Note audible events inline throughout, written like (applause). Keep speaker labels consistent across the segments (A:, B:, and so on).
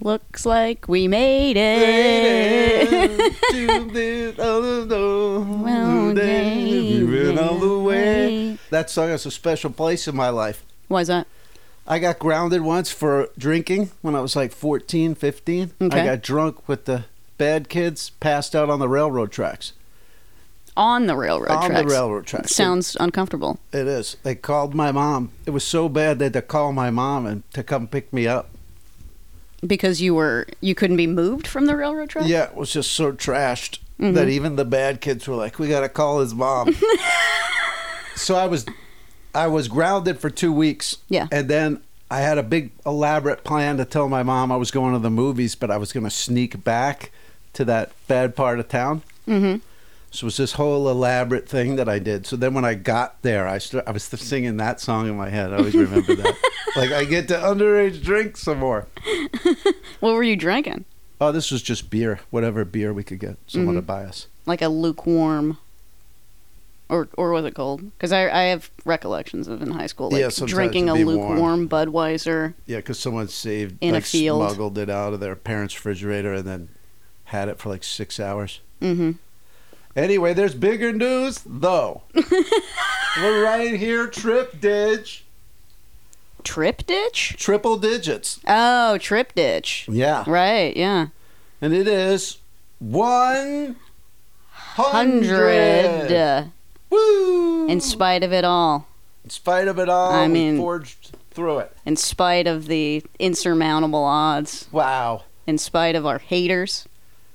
A: Looks like we made it. Well,
B: Even all the way.
A: way.
B: That song has a special place in my life.
A: Why is that?
B: I got grounded once for drinking when I was like 14, 15. I
A: Okay.
B: got drunk with the bad kids, passed out on the railroad tracks.
A: On the railroad
B: on
A: tracks.
B: the railroad tracks.
A: Sounds uncomfortable.
B: It is. They called my mom. It was so bad they had to call my mom and to come pick me up.
A: Because you were you couldn't be moved from the railroad track?
B: Yeah, it was just so trashed that even the bad kids were like, "We gotta call his mom." so I was, I was grounded for two weeks.
A: Yeah.
B: and then I had a big elaborate plan to tell my mom I was going to the movies, but I was gonna sneak back to that bad part of town.
A: Mhm.
B: So it was this whole elaborate thing that I did. So then when I got there, I st- I was singing that song in my head. I always remember that. Like I get to underage drink some more.
A: What were you drinking?
B: Oh, this was just beer, whatever beer we could get someone to
A: Mm-hmm.
B: buy us.
A: Like a lukewarm or or was it cold? Because I I have recollections of in high school like
B: Yeah, sometimes
A: drinking a
B: it'd be warm.
A: lukewarm Budweiser.
B: Yeah, because someone saved,
A: In a
B: like,
A: field.
B: smuggled it out of their parents' refrigerator and then had it for like six hours.
A: Mm-hmm.
B: Anyway, there's bigger news, though.
A: (laughs)
B: We're right here, trip ditch,
A: Trip ditch?
B: triple digits.
A: Oh, trip ditch.
B: Yeah,
A: Right, yeah.
B: and it is one
A: Hundred. uh,
B: hundred. Woo!
A: in spite of it all,
B: In spite of it all,
A: I
B: we
A: mean-
B: forged through it.
A: in spite of the insurmountable odds,
B: Wow.
A: in spite of our haters.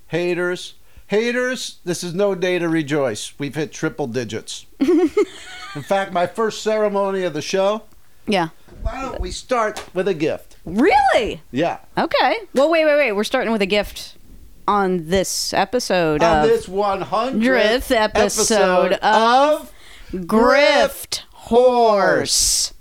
B: haters haters this is no day to rejoice we've hit triple
A: (laughs)
B: digits in fact my first ceremony of the show
A: Yeah.
B: why don't we start with a gift
A: Really?
B: yeah
A: Okay. Well, wait, wait, wait. We're starting with a gift on this episode
B: on
A: of
B: this 100th
A: Drift episode
B: of
A: Grift Horse.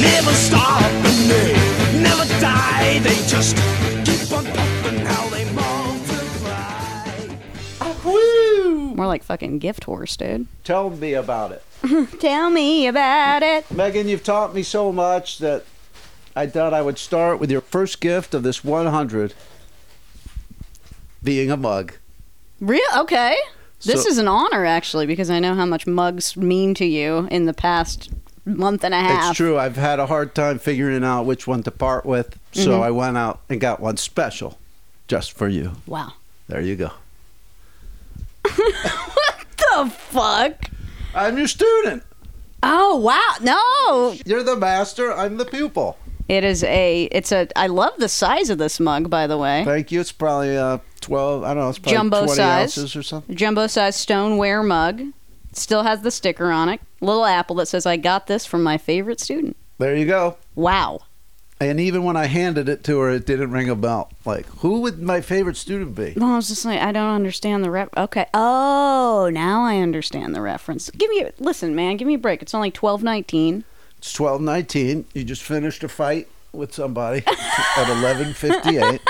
C: Never stop and they never die. They just keep on popping how they multiply.
B: Woo!
A: More like fucking gift horse, dude.
B: tell me about it
A: Tell me about it.
B: megan you've taught me so much that i thought i would start with your first gift of this 100 being a mug
A: Real? Okay. This
B: So-
A: is an honor, actually, because I know how much mugs mean to you in the past month and a half.
B: It's true. I've had a hard time figuring out which one to part with, so
A: Mm-hmm.
B: I went out and got one special just for you.
A: Wow.
B: There you go.
A: The fuck?
B: I'm your student.
A: Oh, wow. No.
B: You're the master. I'm the pupil.
A: It is a. It's a. I love the size of this mug, by the way.
B: Thank you. It's probably uh, 12, I don't know, it's probably
A: Jumbo
B: 20
A: size.
B: ounces or something.
A: Jumbo size stoneware mug. Still has the sticker on it. Little apple that says, "I got this from my favorite student."
B: There you go.
A: Wow.
B: And even when I handed it to her, it didn't ring a bell. Like, who would my favorite student be?
A: Well, I was just like, I don't understand the rep. Okay. Oh, now I understand the reference. Give me. a Listen, man. Give me a break. It's only twelve nineteen.
B: It's 1219. You just finished a fight with somebody (laughs) at 1158.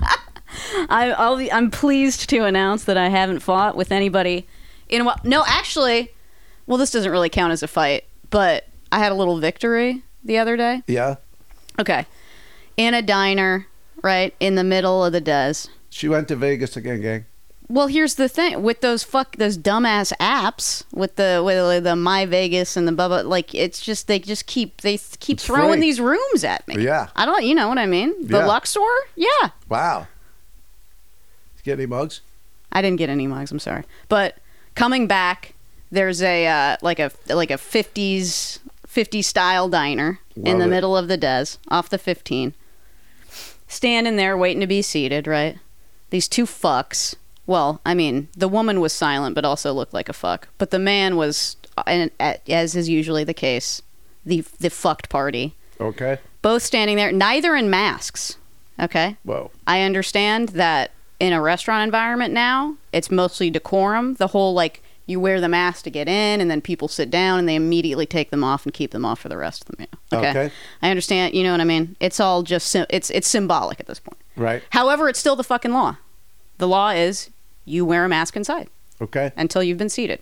A: I, I'll be, I'm pleased to announce that I haven't fought with anybody in a while. No, actually, well, this doesn't really count as a fight, but I had a little victory the other day.
B: Yeah.
A: Okay. In a diner, right? In the middle of the des.
B: She went to Vegas again, gang.
A: Well, here's the thing with those fuck those dumbass apps with the with the My Vegas and the Bubba like it's just they just keep they keep
B: It's
A: throwing
B: free.
A: these rooms at me.
B: Yeah.
A: I don't you know what I mean? The
B: Yeah.
A: Luxor? Yeah.
B: Wow. You get any mugs?
A: I didn't get any mugs. I'm sorry, but coming back, there's a uh, like a like a 50s 50 style diner in
B: Love
A: the
B: it.
A: middle of the des off the 15. Standing there waiting to be seated, right? These two fucks. Well, I mean, the woman was silent, but also looked like a fuck. But the man was, uh, and at- as is usually the case, the the fucked party.
B: Okay.
A: Both standing there, neither in masks. Okay.
B: Whoa.
A: I understand that in a restaurant environment now, it's mostly decorum. The whole like You wear the mask to get in, and then people sit down and they immediately take them off and keep them off for the rest of the meal. Okay,
B: Okay.
A: I understand. You know what I mean? It's all just sim- it's it's symbolic at this point.
B: Right.
A: However, it's still the fucking law. The law is you wear a mask inside
B: Okay.
A: until you've been seated.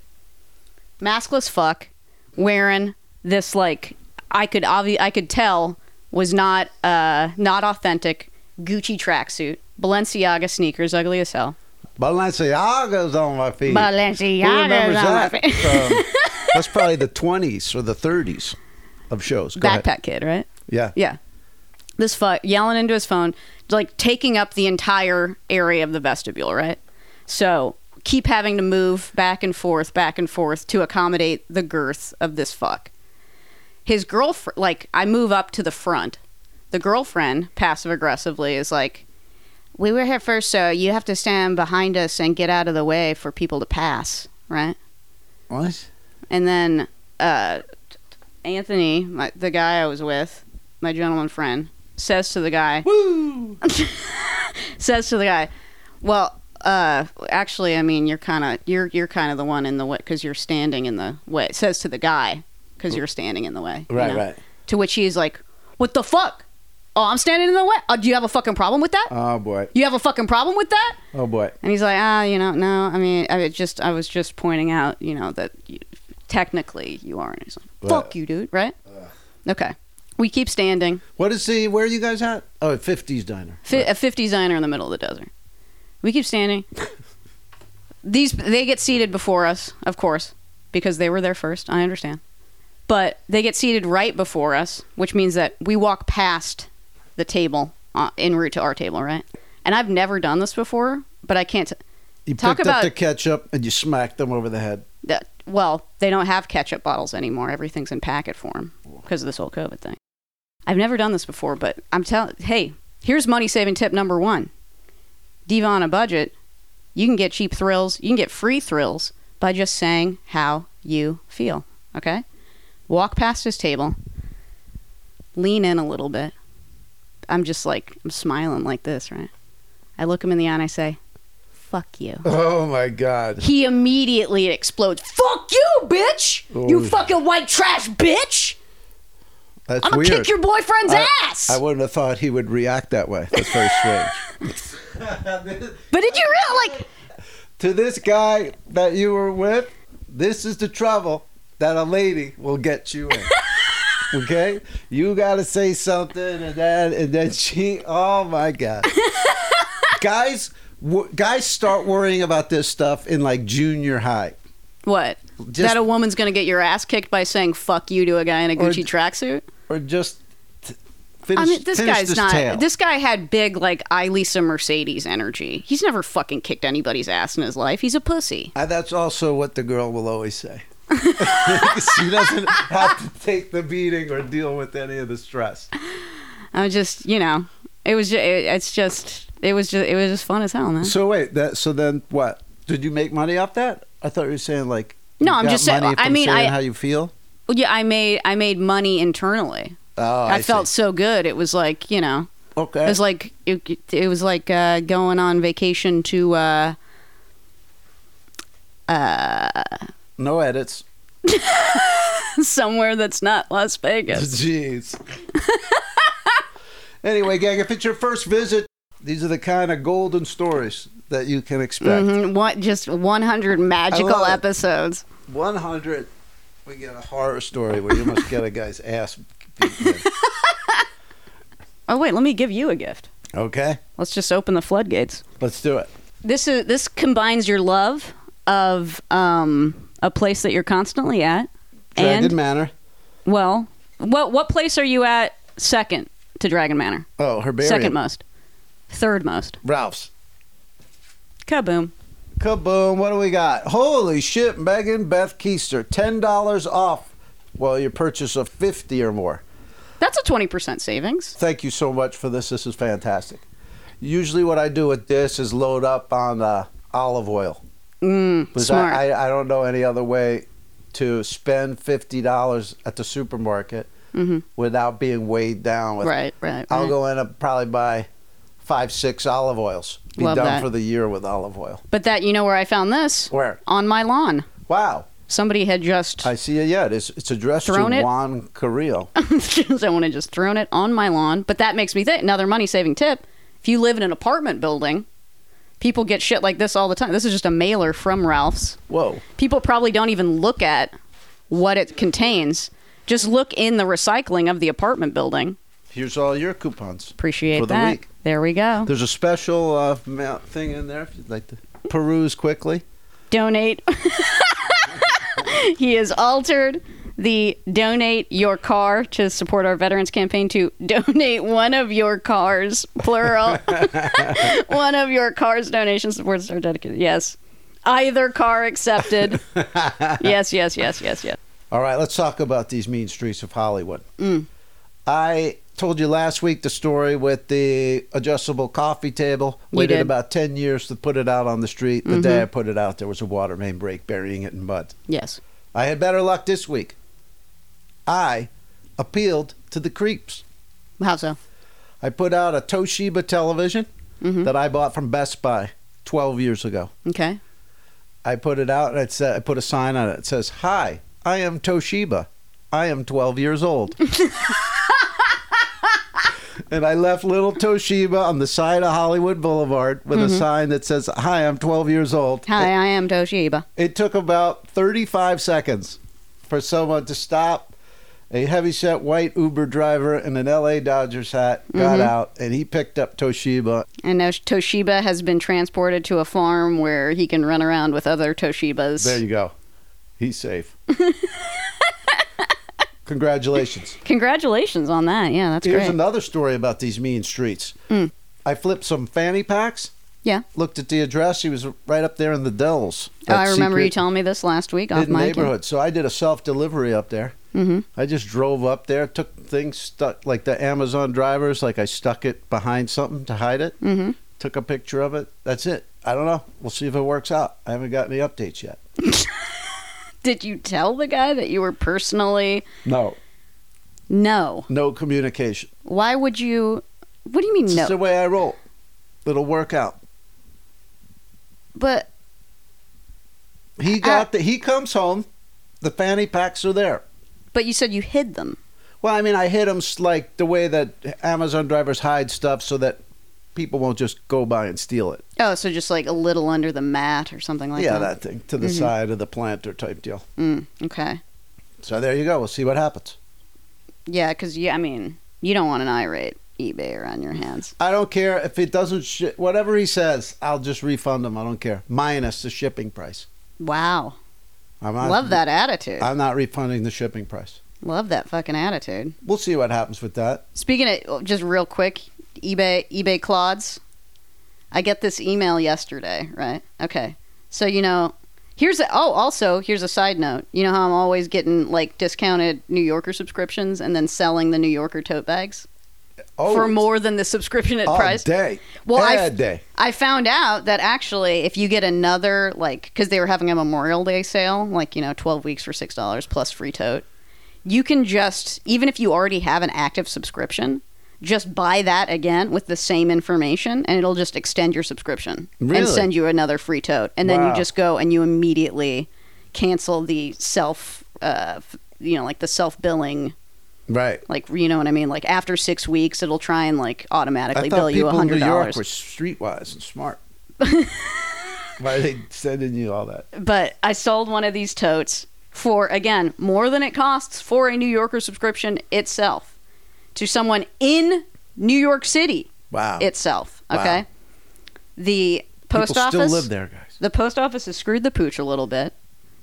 A: Maskless fuck wearing this like I could obvi- I could tell was not uh not authentic Gucci tracksuit, Balenciaga sneakers, ugly as hell.
B: Balenciaga's on my feet. Who remembers
A: Balenciaga
B: that? From- that's probably the 20s or the 30s of shows. Go ahead.
A: Backpack kid, right?
B: Yeah.
A: Yeah. This fuck yelling into his phone, like taking up the entire area of the vestibule, right? So keep having to move back and forth, back and forth to accommodate the girth of this fuck. His girlfriend, like, I move up to the front. The girlfriend, passive aggressively, is like, We were here first, so you have to stand behind us and get out of the way for people to pass, right?
B: What?
A: And then uh, Anthony, my, the guy I was with, my gentleman friend, says to the guy, Woo! (laughs) says to the guy, Well, uh, actually, I mean, you're kind of you're you're kind of the one in the way because you're standing in the way. Says to the guy because you're standing in the way. you
B: Right,
A: know?
B: right.
A: To which he's like, "What the fuck? Oh, I'm standing in the way. Oh, do you have a fucking problem with that?
B: Oh, boy.
A: you have a fucking problem with that?"
B: Oh, boy.
A: And he's like, ah, you know, no. I mean, I was just, I was just pointing out, you know, that you, technically you aren't. He's like, fuck
B: Right.
A: you, dude. Right? Okay. We keep standing.
B: What is the, where are you guys at? Oh, at 50s Diner.
A: Fi A 50 diner in the middle of the desert. We keep standing. These they get seated before us, of course, because they were there first. I understand, but they get seated right before us, which means that we walk past the table uh, en route to our table, right? And I've never done this before, but I can't. T-
B: You
A: Talk
B: picked
A: about-
B: up the ketchup and you smacked them over the head.
A: that well, they don't have ketchup bottles anymore. Everything's in packet form because of this whole COVID thing. I've never done this before, but I'm telling. Hey, here's money saving tip number one: diva on a budget. You can get cheap thrills. You can get free thrills by just saying how you feel. Okay, walk past his table, lean in a little bit. I'm just like I'm smiling like this, right? I look him in the eye and I say, "Fuck you."
B: Oh, my God.
A: he immediately explodes. Fuck you, bitch! You
B: Ooh.
A: fucking white trash bitch!
B: That's
A: I'm gonna
B: weird.
A: kick your boyfriend's
B: I-
A: ass!
B: I wouldn't have thought he would react that way. That's very strange. (laughs)
A: but did you real like
B: to this guy that you were with, this is the trouble that a lady will get
A: (laughs)
B: you in. okay? You gotta say something and then and then she oh
A: (laughs)
B: my god. guys w- guys start worrying about this stuff in like junior high.
A: what?
B: Just-
A: that a woman's gonna get your ass kicked by saying "fuck you" to a guy in a
B: Or-
A: Gucci tracksuit?
B: Or just t- finish,
A: I mean, this
B: finish
A: guy's
B: this
A: not.
B: tale.
A: This guy had big like I Lisa Mercedes energy. He's never fucking kicked anybody's ass in his life. He's a pussy.
B: Uh, that's also what the girl will
A: (laughs)
B: always say. (laughs) she doesn't have to take the beating or deal with any of the stress.
A: I just, you know, it was. Just, it, it's just. It was just. It was just fun as hell, man.
B: So wait, that so then what? Did you make money off that? I thought you were saying like
A: No,
B: you
A: I'm
B: got
A: just saying-
B: money
A: I
B: from
A: mean, I-
B: saying how you feel.
A: Well, yeah, I made. I made money internally.
B: Oh,
A: I,
B: I,
A: felt
B: see.
A: so good. It was like you know.
B: okay.
A: It was like it, it was like uh, going on vacation to uh, (laughs) (laughs)
B: no edits.
A: somewhere that's not Las Vegas.
B: Jeez. anyway, gang, if it's your first visit, these are the kind of golden stories that you can expect.
A: Mhm, What just 100 magical
B: love it.
A: episodes?
B: One hundred, we get a horror story where you must get a guy's ass. beat
A: (laughs)
B: in.
A: Oh wait, let me give you a gift.
B: Okay,
A: Let's just open the floodgates.
B: let's do it.
A: This is this combines your love of um, a place that you're constantly at,
B: Dragon
A: and
B: Manor.
A: well, what what place are you at second to Dragon Manor?
B: Oh, Herbarium.
A: Second most, third most.
B: Ralph's.
A: Kaboom!
B: Kaboom! What do we got? Holy shit, Megan Beth Keister, ten dollars off. Well, your purchase of fifty or more.
A: That's a 20% savings.
B: Thank you so much for this. This is fantastic. Usually, what I do with this is load up on uh, olive oil
A: Mm,
B: because
A: smart.
B: I, I I don't know any other way to spend fifty dollars at the supermarket without being weighed down with.
A: Mm-hmm. Right, right.
B: I'll
A: right.
B: go in and probably buy five, six olive oils. Be
A: Love
B: done
A: that.
B: for the year with olive oil.
A: But that you know where I found this?
B: Where?
A: On my lawn.
B: Wow.
A: Somebody had just
B: I see it. Yeah, it is, it's addressed
A: Thrown
B: to
A: it?
B: Juan Carrillo.
A: (laughs) someone had just thrown it on my lawn. But that makes me think another money saving tip. If you live in an apartment building, people get shit like this all the time. This is just a mailer from Ralph's.
B: Whoa.
A: People probably don't even look at what it contains. Just look in the recycling of the apartment building.
B: Here's all your coupons.
A: Appreciate
B: For the
A: that.
B: week.
A: There we go.
B: There's a special uh, ma- thing in there if you'd like to peruse quickly.
A: donate. he has altered the donate your car to support our veterans campaign to donate one of your cars,
B: (laughs)
A: plural. one of your cars donation supports our dedicated. Yes. Either car accepted. yes, yes, yes, yes, yes.
B: All right, let's talk about these mean streets of Hollywood.
A: Mm.
B: I told you last week the story with the adjustable coffee table.
A: You
B: Waited
A: did. Mm-hmm.
B: about 10 years to put it out on the street. The day I put it out, there was a water main break burying it in mud.
A: Yes.
B: I had better luck this week. I appealed to the creeps.
A: How so?
B: I put out a Toshiba television
A: Mhm.
B: that I bought from Best Buy 12 years ago.
A: Okay.
B: I put it out and it said, I put a sign on it. It says, Hi, I am Toshiba. I am 12 years old. and I left little Toshiba on the side of Hollywood Boulevard with a sign that says, Hi, I'm 12 years old.
A: Hi, I am Toshiba.
B: It took about 35 seconds for someone to stop. A heavyset white Uber driver in an LA Dodgers hat got out and he picked up Toshiba.
A: And now Toshiba has been transported to a farm where he can run around with other Toshibas.
B: There you go.
A: (laughs)
B: He's safe. Congratulations.
A: Congratulations on that. Yeah, that's
B: Here's
A: great.
B: another story about these mean streets.
A: Mm.
B: I flipped some fanny packs.
A: Yeah.
B: Looked at the address. He was right up there in the Dells.
A: Oh,
B: that
A: I remember you
B: secret
A: telling me this last week off
B: hidden
A: mic.
B: neighborhood. So I did a self delivery up there.
A: Mm-hmm.
B: I just drove up there, took things stuck like the Amazon drivers, like I stuck it behind something to hide it,
A: Mm-hmm.
B: took a picture of it. That's it. I don't know. We'll see if it works out. I haven't got any updates yet.
A: Did you tell the guy that you were personally?
B: No.
A: No.
B: No communication.
A: Why would you? What do you mean
B: It's just the
A: no?
B: way I roll. It'll work out.
A: But
B: He
A: Uh,
B: got the he comes home, the fanny packs are there.
A: but you said you hid them.
B: Well, I mean I hit him like the way that Amazon drivers hide stuff so that people won't just go by and steal it.
A: Oh, so just like a little under the mat or something like
B: yeah,
A: that.
B: that thing. To the
A: Mhm.
B: side of the planter type deal.
A: Mm, okay.
B: So there you go. We'll see what happens.
A: Yeah, because yeah, I mean, you don't want an irate eBayer on your hands.
B: I don't care if it doesn't shi whatever he says, I'll just refund him. I don't care. Minus the shipping price.
A: Wow.
B: I'm not,
A: Love that attitude.
B: I'm not refunding the shipping price.
A: Love that fucking attitude.
B: We'll see what happens with that.
A: Speaking of oh, just real quick, eBay eBay clods. I get this email yesterday, right? Okay. So you know, here's a, oh, also here's a side note. You know how I'm always getting like discounted New Yorker subscriptions and then selling the New Yorker tote bags
B: Oh,
A: for more than the subscription at
B: all
A: price.
B: day.
A: Well, I-
B: All day.
A: I found out that actually, if you get another, like, because they were having a Memorial Day sale, like, you know, 12 weeks for $6 plus free tote, you can just, even if you already have an active subscription, just buy that again with the same information and it'll just extend your subscription
B: Really?
A: and send you another free tote. And then
B: Wow.
A: you just go and you immediately cancel the self, uh, f- you know, like the self billing.
B: Right.
A: Like, you know what I mean? Like, after six weeks, it'll try and, like,
B: I
A: automatically
B: thought
A: bill you
B: people in New
A: $100.
B: York were streetwise and
A: (laughs)
B: smart. Why are they sending you all that?
A: but I sold one of these totes for again more than it costs for a New Yorker subscription itself to someone in New York City
B: Wow.
A: itself.
B: Wow.
A: Okay, the
B: people
A: post
B: still
A: office.
B: live there, guys.
A: The post office has screwed the pooch a little bit.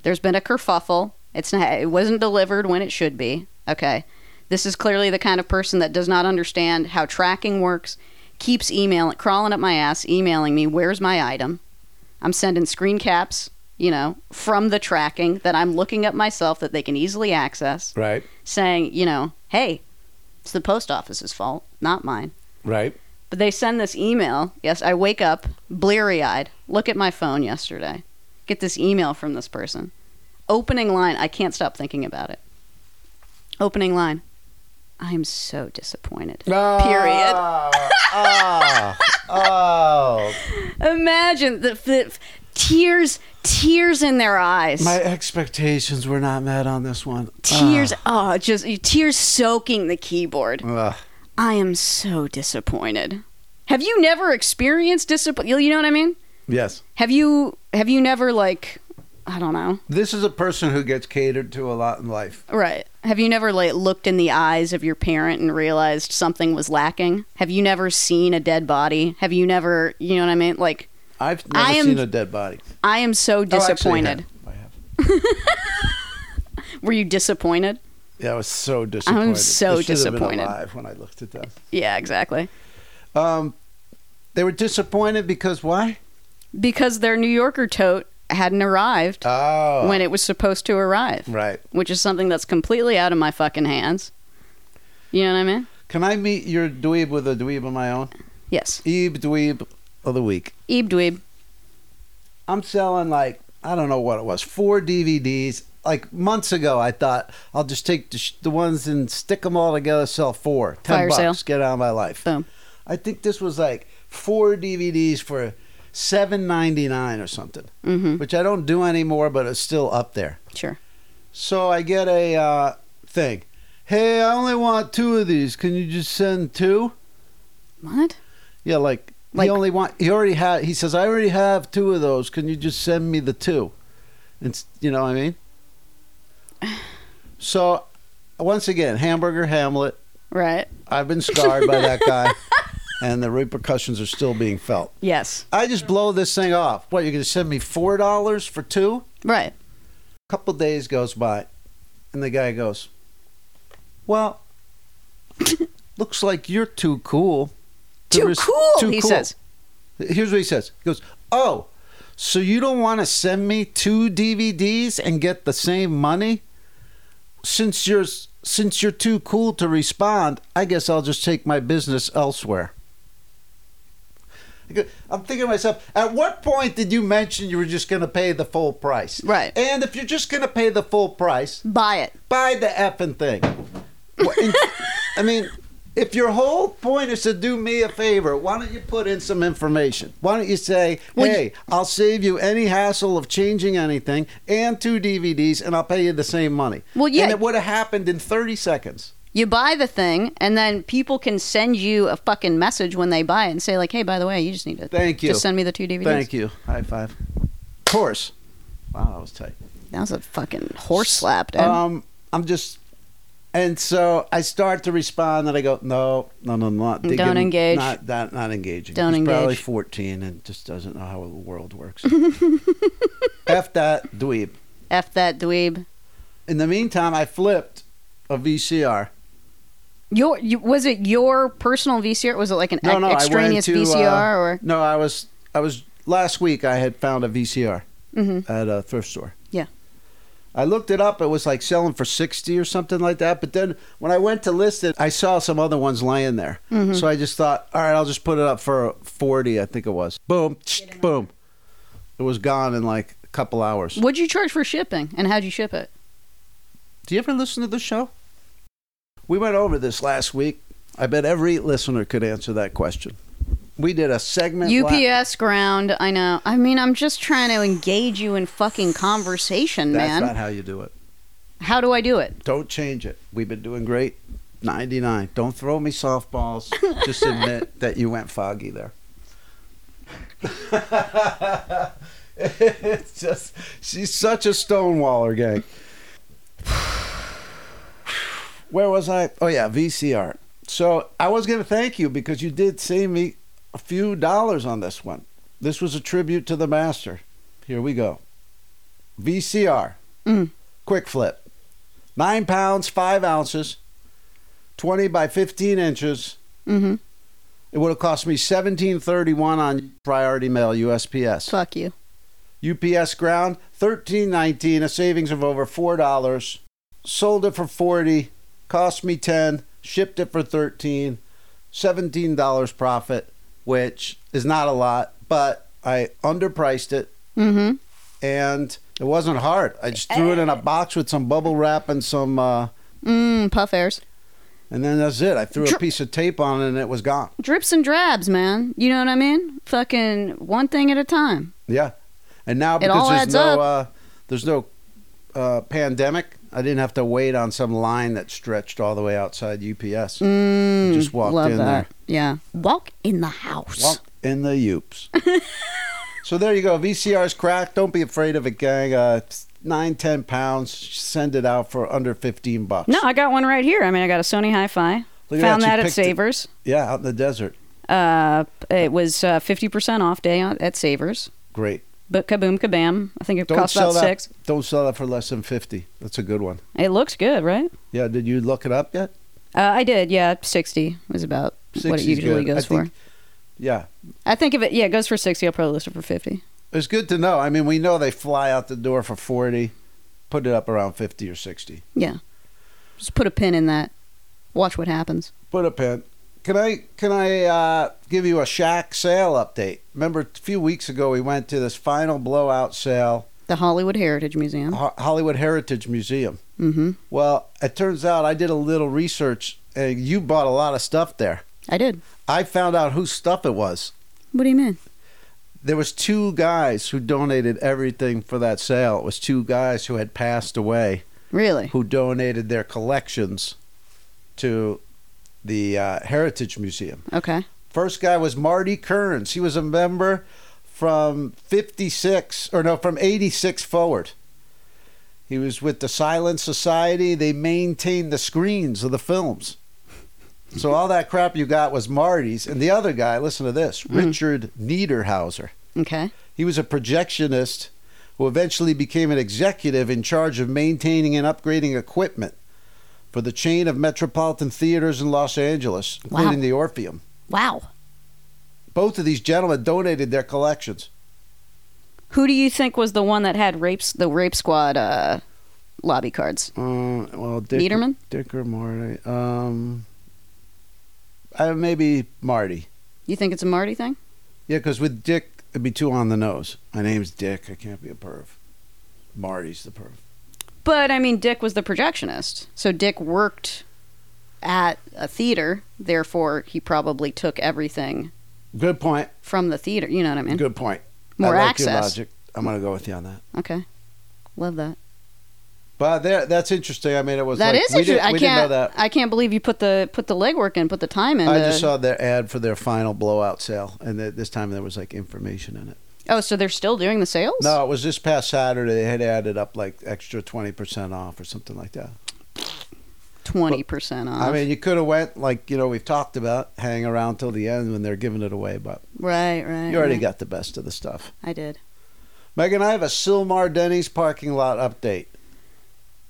A: There's been a kerfuffle. It's not, it wasn't delivered when it should be. Okay. This is clearly the kind of person that does not understand how tracking works, keeps emailing, crawling up my ass, emailing me, where's my item? I'm sending screen caps, you know, from the tracking that I'm looking up myself that they can easily access,
B: Right.
A: saying, you know, hey, it's the post office's fault, not mine.
B: Right.
A: But they send this email. Yes, I wake up bleary eyed, look at my phone yesterday, get this email from this person. Opening line, I can't stop thinking about it. Opening line, I'm so disappointed. Period.
B: Ah, Oh.
A: (laughs)
B: oh.
A: Imagine the, the tears, tears in their eyes.
B: My expectations were not met on this one.
A: tears, oh, just tears soaking the keyboard.
B: Ah. Ugh.
A: I am so disappointed. Have you never experienced disappointment? You know what I mean?
B: Yes.
A: Have you have you never like I don't know.
B: This is a person who gets catered to a lot in life.
A: Right. Have you never like looked in the eyes of your parent and realized something was lacking? Have you never seen a dead body? Have you never, you know what I mean? Like
B: I've never
A: I am-
B: seen a dead body.
A: I am so
B: Oh, actually, I
A: disappointed.
B: have. I have.
A: Were you disappointed?
B: Yeah, I was so disappointed.
A: so
B: They should have been
A: disappointed.
B: alive when I looked at them.
A: Yeah, exactly.
B: Um, they were disappointed because why?
A: Because their New Yorker tote hadn't arrived
B: Oh,
A: when it was supposed to arrive,
B: right.
A: which is something that's completely out of my fucking hands. You know what I mean?
B: Can I meet your dweeb with a dweeb of my own?
A: Yes.
B: Eve dweeb of the week.
A: Ebe dweeb.
B: I'm selling like I don't know what it was, four DVDs. Like months ago, I thought I'll just take the, sh- the ones and stick them all together, sell four, ten
A: Fire
B: bucks,
A: sale.
B: get out of my life.
A: Boom.
B: I think this was like four DVDs for seven ninety nine or something,
A: Mm-hmm.
B: which I don't do anymore, but it's still up there.
A: Sure.
B: So I get a uh, thing. Hey, I only want two of these. Can you just send two?
A: What?
B: Yeah, like,
A: Like-
B: he only want. He already had. He says I already have two of those. Can you just send me the two? It's you know what I mean. So, once again, hamburger Hamlet.
A: Right.
B: I've been scarred by that guy,
A: (laughs)
B: and the repercussions are still being felt.
A: Yes.
B: I just blow this thing off. What you're gonna send me four dollars for two?
A: Right.
B: couple days goes by and the guy goes
A: (laughs)
B: well looks like you're too cool to
A: Too
B: res-
A: cool, he says.
B: here's what he says he goes oh so you don't want to send me two dvds and get the same money since you're since you're too cool to respond i guess i'll just take my business elsewhere I go- I'm thinking to myself, at what point did you mention you were just going to pay the full price?
A: Right.
B: And if you're just going to pay the full price,
A: Buy it.
B: buy the effing thing. Wha- and- I mean, if your whole point is to do me a favor, why don't you put in some information? Why don't you say,
A: Well, you-
B: hey, I'll save you any hassle of changing anything and two DVDs and I'll pay you the same money?
A: Well, yeah.
B: And it would have happened in 30 seconds.
A: You buy the thing, and then people can send you a fucking message when they buy it and say, like, hey, by the way, you just need to
B: Thank you.
A: Just send me the two DVDs.
B: Thank you. High five. Of course. Wow, that was tight.
A: That was a fucking horse slap, dude.
B: Um, I'm just, and so I start to respond, and I go, no, no, no, no,
A: Don't engage.
B: not, not, not engaging.
A: Don't
B: He's Probably
A: engage.
B: 14 and just doesn't know how the
A: (laughs)
B: world works. F that dweeb.
A: F that dweeb.
B: In the meantime, I flipped a VCR.
A: Your you, was it your personal VCR? Was it like an
B: No,
A: ex-
B: no,
A: extraneous
B: I went to, uh,
A: VCR or?
B: no, I was, I was last week. I had found a VCR
A: hmm
B: at a thrift store.
A: Yeah.
B: I looked it up. It was like selling for 60 or something like that. But then when I went to list it, I saw some other ones lying there. So I just thought, all right, I'll just put it up for 40, I think it was. Boom, boom. It was gone in like a couple hours.
A: What'd you charge for shipping, and how'd you ship it?
B: Do you ever listen to the show? We went over this last week. I bet every listener could answer that question. We did a segment. la-
A: UPS ground. I know. I mean, I'm just trying to engage you in fucking conversation,
B: That's
A: man.
B: not how you do it.
A: How do I do it?
B: Don't change it. We've been doing great. 99. Don't throw me softballs. Just admit that you went foggy there. (laughs) it's just, she's such a stonewaller, gang. (sighs) Where was I? Oh, yeah, VCR. So I was going to thank you because you did save me a few dollars on this one. This was a tribute to the master. Here we go. VCR.
A: Mm.
B: Quick flip nine pounds five ounces, twenty by fifteen inches.
A: Mm-hmm.
B: It would have cost me seventeen thirty one on Priority Mail USPS.
A: Fuck you.
B: UPS ground thirteen nineteen, a savings of over four dollars. Sold it for forty, cost me ten, shipped it for thirteen, seventeen dollars profit, which is not a lot, but I underpriced it
A: Mm-hmm.
B: and it wasn't hard. I just threw it in a box with some bubble wrap and some uh,
A: Mm, puff airs.
B: And then that's it. I threw a
A: Dr-
B: piece of tape on it and it was gone.
A: drips and drabs, man. You know what I mean? Fucking one thing at a time.
B: Yeah. And now
A: all
B: because there's
A: adds
B: no
A: up.
B: uh, there's no uh, pandemic, I didn't have to wait on some line that stretched all the way outside UPS.
A: Mm,
B: Just walked
A: love
B: in
A: that. Yeah. Walk in the house.
B: there. Walked in the
A: (laughs)
B: oops. so there you go. VCR's cracked. Don't be afraid of it, gang. Uh, it's nine, ten pounds. Send it out for under fifteen bucks.
A: No, I got one right here. I mean, I got a Sony Hi-Fi.
B: Look at
A: Found
B: that, you
A: that, at
B: picked it.
A: Savers.
B: Yeah, out in the desert.
A: Uh, it was uh, 50% off day on, at Savers.
B: Great.
A: But kaboom, kabam. I think it
B: Don't
A: cost
B: sell
A: about
B: that.
A: six.
B: Don't sell that for less than fifty. That's a good one.
A: It looks good, right?
B: Yeah. Did you look it up yet?
A: Uh, I did. Yeah, 60 was about what
B: 60
A: it
B: is
A: usually
B: good. I
A: goes for.
B: think- Yeah.
A: I think if it yeah it goes for 60, I'll probably list it for 50.
B: It's good to know. I mean, we know they fly out the door for 40, put it up around 50 or 60.
A: Yeah. Just put a pin in that. Watch what happens.
B: Put a pin. Can I can I uh, give you a Shack sale update? Remember a few weeks ago we went to this final blowout sale,
A: The Hollywood Heritage Museum.
B: Ho- Hollywood Heritage Museum.
A: Mm-hmm.
B: Well, it turns out I did a little research and you bought a lot of stuff there.
A: I did.
B: I found out whose stuff it was.
A: What do you mean?
B: there was two guys who donated everything for that sale. It was two guys who had passed away.
A: Really?
B: who donated their collections to the uh, Heritage Museum.
A: Okay.
B: First guy was Marty Kearns. He was a member from 56, or no, from 86 forward. He was with the Silent Society. They maintained the screens of the films. So all that crap you got was Marty's. And the other guy, listen to this Richard Niederhauser.
A: Okay.
B: He was a projectionist who eventually became an executive in charge of maintaining and upgrading equipment for the chain of metropolitan theaters in Los Angeles,
A: Wow.
B: including the Orpheum.
A: Wow.
B: Both of these gentlemen donated their collections.
A: Who do you think was the one that had rapes the rape squad uh, lobby cards?
B: Uh, well, Dick,
A: Niederman?
B: Dick or Marty? Um, uh, maybe Marty.
A: You think it's a Marty thing?
B: Yeah, because with Dick, it'd be too on the nose. My name's Dick. I can't be a perv. Marty's the perv.
A: But I mean, Dick was the projectionist, so Dick worked at a theater. Therefore, he probably took everything
B: Good point.
A: from the theater. You know what I mean?
B: Good point.
A: More
B: I like Your
A: access.
B: logic. I'm gonna go with you on that.
A: Okay, love that.
B: But there, that's interesting. I mean, it was
A: That is
B: like, we,
A: interesting.
B: didn't,
A: I
B: we
A: can't.
B: didn't know that.
A: I can't believe you put the put the legwork in, put the time in.
B: I
A: to-
B: just saw their ad for their final blowout sale, and th- this time there was like information in it.
A: Oh, so they're still doing the sales?
B: No, it was this past Saturday. They had added up like extra twenty percent off or something like that.
A: twenty percent off.
B: I mean, you could have went like you know we've talked about, hang around till the end when they're giving it away, but
A: right, right.
B: you already
A: right.
B: got the best of the stuff.
A: I did,
B: Megan, I have a Silmar Denny's parking lot update.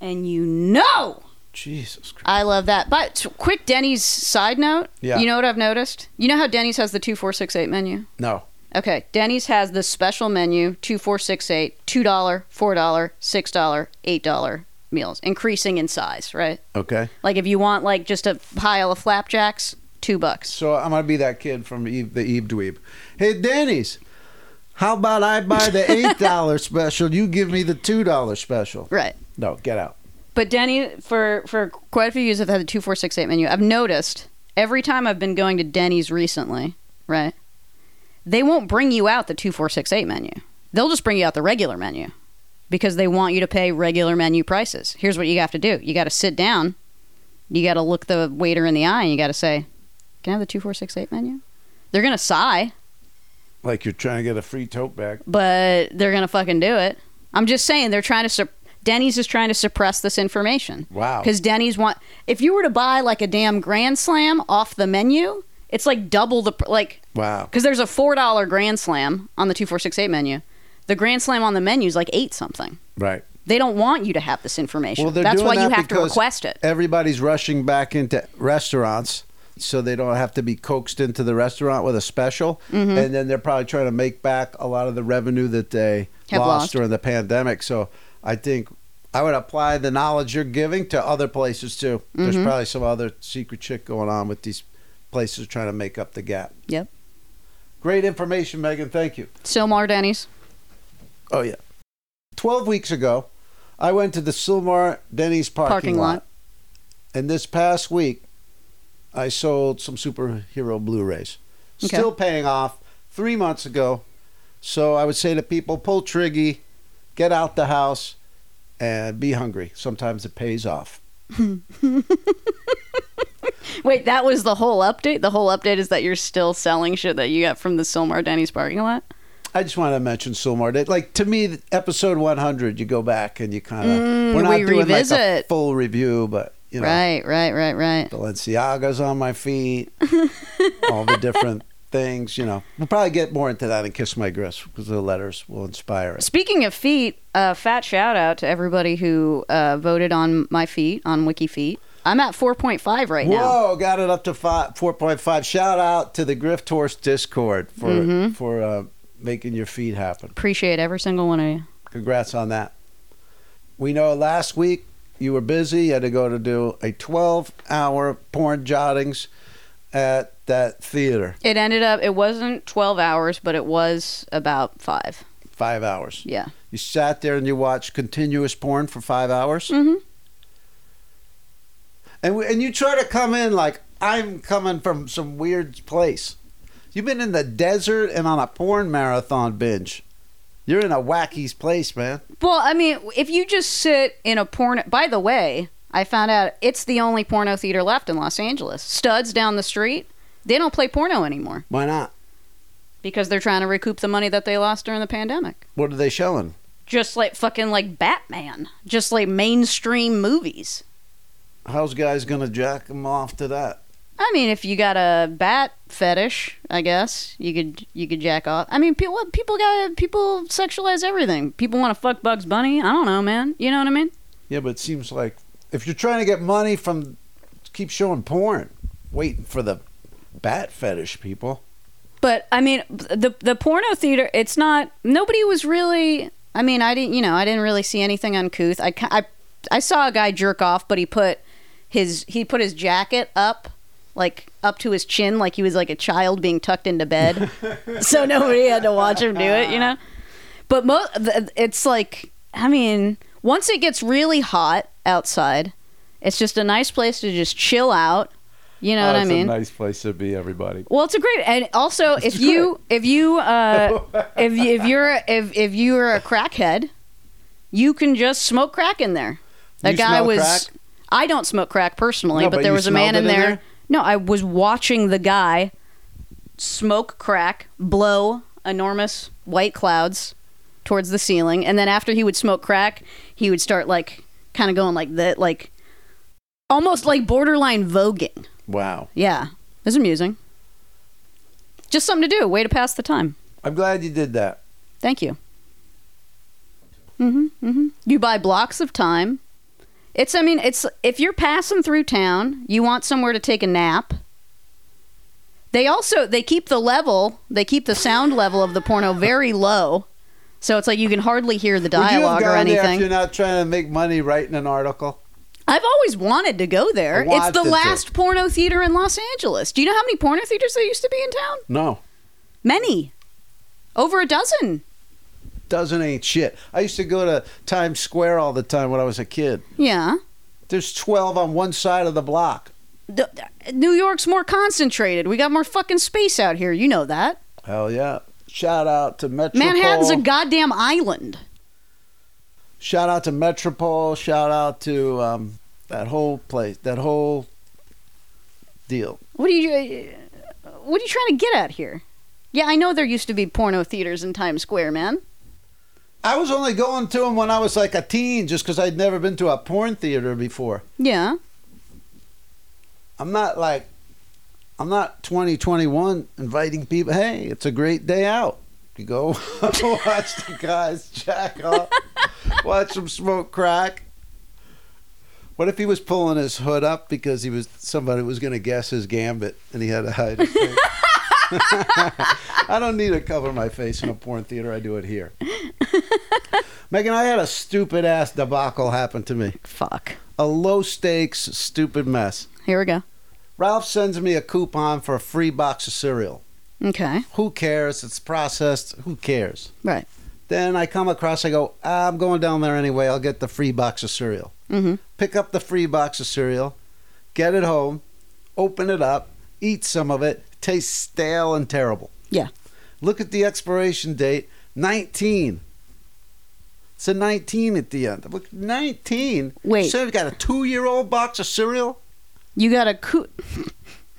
A: and you know.
B: Jesus Christ!
A: I love that. But quick Denny's side note.
B: Yeah.
A: You know what I've noticed? You know how Denny's has the 2468 menu?
B: No,
A: Okay. Denny's has the special menu 2468, $2, $4, $6, $8 meals, increasing in size, right?
B: okay.
A: Like if you want like just a pile of flapjacks, 2 bucks.
B: So I'm gonna be that kid from Eve, the Eve Dweeb. Hey, Denny's, how about I buy the eight dollar special? You give me the two dollar special.
A: Right.
B: No, get out.
A: But Denny for for quite a few years I've had the 2468 menu. I've noticed every time I've been going to Denny's recently, right? They won't bring you out the 2468 menu. They'll just bring you out the regular menu because they want you to pay regular menu prices. Here's what you have to do. You got to sit down. You got to look the waiter in the eye and you got to say, "Can I have the 2468 menu?" They're going to sigh,
B: Like you're trying to get a free tote bag.
A: but they're going to fucking do it. I'm just saying they're trying to sup- Denny's is trying to suppress this information.
B: Wow.
A: Because Denny's want if you were to buy like a damn Grand Slam off the menu, it's like double the pr- like
B: Wow.
A: because there's a four dollar Grand Slam on the two four six eight menu. The Grand Slam on the menu is like eight something.
B: Right.
A: They don't want you to have this information.
B: Well, they're
A: That's
B: doing
A: why you
B: that
A: have to
B: because
A: request it.
B: Everybody's rushing back into restaurants. So they don't have to be coaxed into the restaurant with a special,
A: Mm-hmm.
B: and then they're probably trying to make back a lot of the revenue that they
A: Have
B: lost,
A: lost.
B: during the pandemic. So I think I would apply the knowledge you're giving to other places too. There's
A: Mm-hmm.
B: probably some other secret shit going on with these places trying to make up the gap.
A: Yep.
B: Great information, Megan. Thank you.
A: Silmar Denny's.
B: Oh yeah. Twelve weeks ago, I went to the Silmar Denny's parking,
A: Parking lot.
B: and this past week, I sold some superhero Blu-rays.
A: Okay.
B: Still paying off. Three months ago, So I would say to people, pull triggy, get out the house, and be hungry. Sometimes it pays off.
A: Wait, that was the whole update? The whole update is that you're still selling shit that you got from the Silmar Denny's parking lot?
B: I just want to mention Silmar. That, like to me, episode 100, you go back and you kind of
A: Mm,
B: we're not
A: we
B: doing like a
A: revisit.
B: full review, but you know,
A: Right, right, right, right.
B: Balenciaga's on my feet,
A: (laughs)
B: all the different things. You know, we'll probably get more into that in Kiss My Grist because the letters will inspire us.
A: Speaking of feet, uh, fat shout out to everybody who uh, voted on my feet on Wiki Feet. I'm at 4.5 right now.
B: Whoa, got it up to five, 4.5. Shout out to the Grift Horse Discord for
A: Mm-hmm.
B: for uh, making your feed happen.
A: Appreciate every single one of you.
B: Congrats on that. We know last week you were busy. You had to go to do a 12 hour porn jottings at that theater,
A: It ended up, it wasn't 12 hours, but it was about five.
B: five hours.
A: Yeah.
B: You sat there and you watched continuous porn for five hours.
A: Mhm.
B: And, we, and you try to come in like, I'm coming from some weird place. You've been in the desert and on a porn marathon binge. You're in a wacky's place, man.
A: Well, I mean, if you just sit in a porno. By the way, I found out it's the only porno theater left in Los Angeles. Studs down the street, they don't play porno anymore
B: Why not?
A: because they're trying to recoup the money that they lost during the pandemic.
B: What are they showing?
A: Just like fucking like Batman, just like mainstream movies.
B: How's guys gonna jack him off to that?
A: I mean, if you got a bat fetish, I guess you could you could jack off. I mean, people people got people sexualize everything. People want to fuck Bugs Bunny. I don't know, man. You know what I mean?
B: Yeah, but it seems like if you're trying to get money from, keep showing porn, waiting for the bat fetish people.
A: But I mean, the the porno theater. It's not. Nobody was really. I mean, I didn't. You know, I didn't really see anything uncouth. I ki- I, I saw a guy jerk off, but he put his he put his jacket up, like up to his chin, like he was like a child being tucked into bed. so nobody had to watch him do it. You know. But mo- th- it's like I mean, once it gets really hot outside, it's just a nice place to just chill out. You
B: Oh,
A: know what I mean?
B: nice place to be, everybody.
A: Well, it's a great, and also if you if you
B: (laughs)
A: uh, if you- if you're if if you're a crackhead, you can just smoke crack in there. The
B: You
A: guy
B: smell
A: was.
B: crack?
A: I don't smoke crack personally,
B: No,
A: but,
B: but
A: there
B: you
A: was a man in
B: smelled it
A: there.
B: in there?
A: No, I was watching the guy smoke crack, blow enormous white clouds towards the ceiling, and then after he would smoke crack, he would start like kind of going like that, like almost like borderline voguing.
B: Wow,
A: Yeah, it was amusing. Just something to do, way to pass the time.
B: I'm glad you did that.
A: Thank you. hmm hmm You buy blocks of time. It's, I mean, it's if you're passing through town, you want somewhere to take a nap. They also they keep the level, they keep the sound level of the porno very low, so it's like you can hardly hear the
B: Would you have
A: dialogue or
B: gone there if
A: anything.
B: you're not trying to make money writing an article?
A: I've always wanted to go there.
B: I
A: It's the
B: wanted to.
A: last porno theater in Los Angeles. Do you know how many porno theaters there used to be in town?
B: No,
A: Many. Over a dozen.
B: doesn't ain't shit. I used to go to Times Square all the time when I was a kid.
A: Yeah.
B: There's 12 on one side of the block.
A: The- the- New York's more concentrated. We got more fucking space out here. You know that.
B: Hell yeah! Shout out to Metropole.
A: Manhattan's a goddamn island.
B: Shout out to Metropole. Shout out to um, that whole place, that whole deal.
A: What are you uh, What are you trying to get at here? Yeah, I know there used to be porno theaters in Times Square, man.
B: I was only going to them when I was like a teen, just because I'd never been to a porn theater before.
A: Yeah.
B: I'm not like, I'm not 20, 21 inviting people. Hey, it's a great day out. You go (laughs) watch the guys jack off, watch them smoke crack. What if he was pulling his hood up because he was somebody was going to guess his gambit and he had to hide his face? (laughs) I don't need to cover my face in a porn theater. I do it here. Megan, I had a stupid ass debacle happen to me.
A: Fuck.
B: A low stakes, stupid mess.
A: Here we go.
B: Ralph sends me a coupon for a free box of cereal.
A: Okay.
B: Who cares? It's processed. Who cares?
A: Right.
B: Then I come across, I go, "Ah, I'm going down there anyway. I'll get the free box of cereal.
A: Mm-hmm.
B: Pick up the free box of cereal, get it home, open it up, eat some of it. Tastes stale and terrible.
A: Yeah.
B: Look at the expiration date. 19. It's a 19 at the end. Look, 19?
A: Wait.
B: So you've got a two year old box of cereal?
A: You got a coo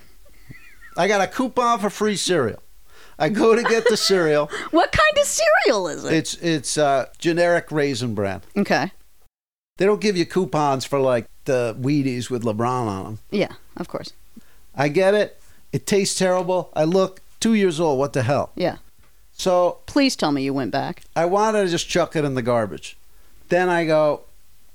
A: (laughs)
B: I got a coupon for free cereal. I go to get
A: (laughs)
B: the cereal.
A: What kind of cereal is it?
B: It's it's uh, generic raisin bran.
A: okay.
B: They don't give you coupons for like the Wheaties with LeBron on them.
A: Yeah, of course.
B: I get it. It tastes terrible. I look two years old. What the hell?
A: Yeah.
B: So
A: Please tell me you went back.
B: I wanted to just chuck it in the garbage. Then I go,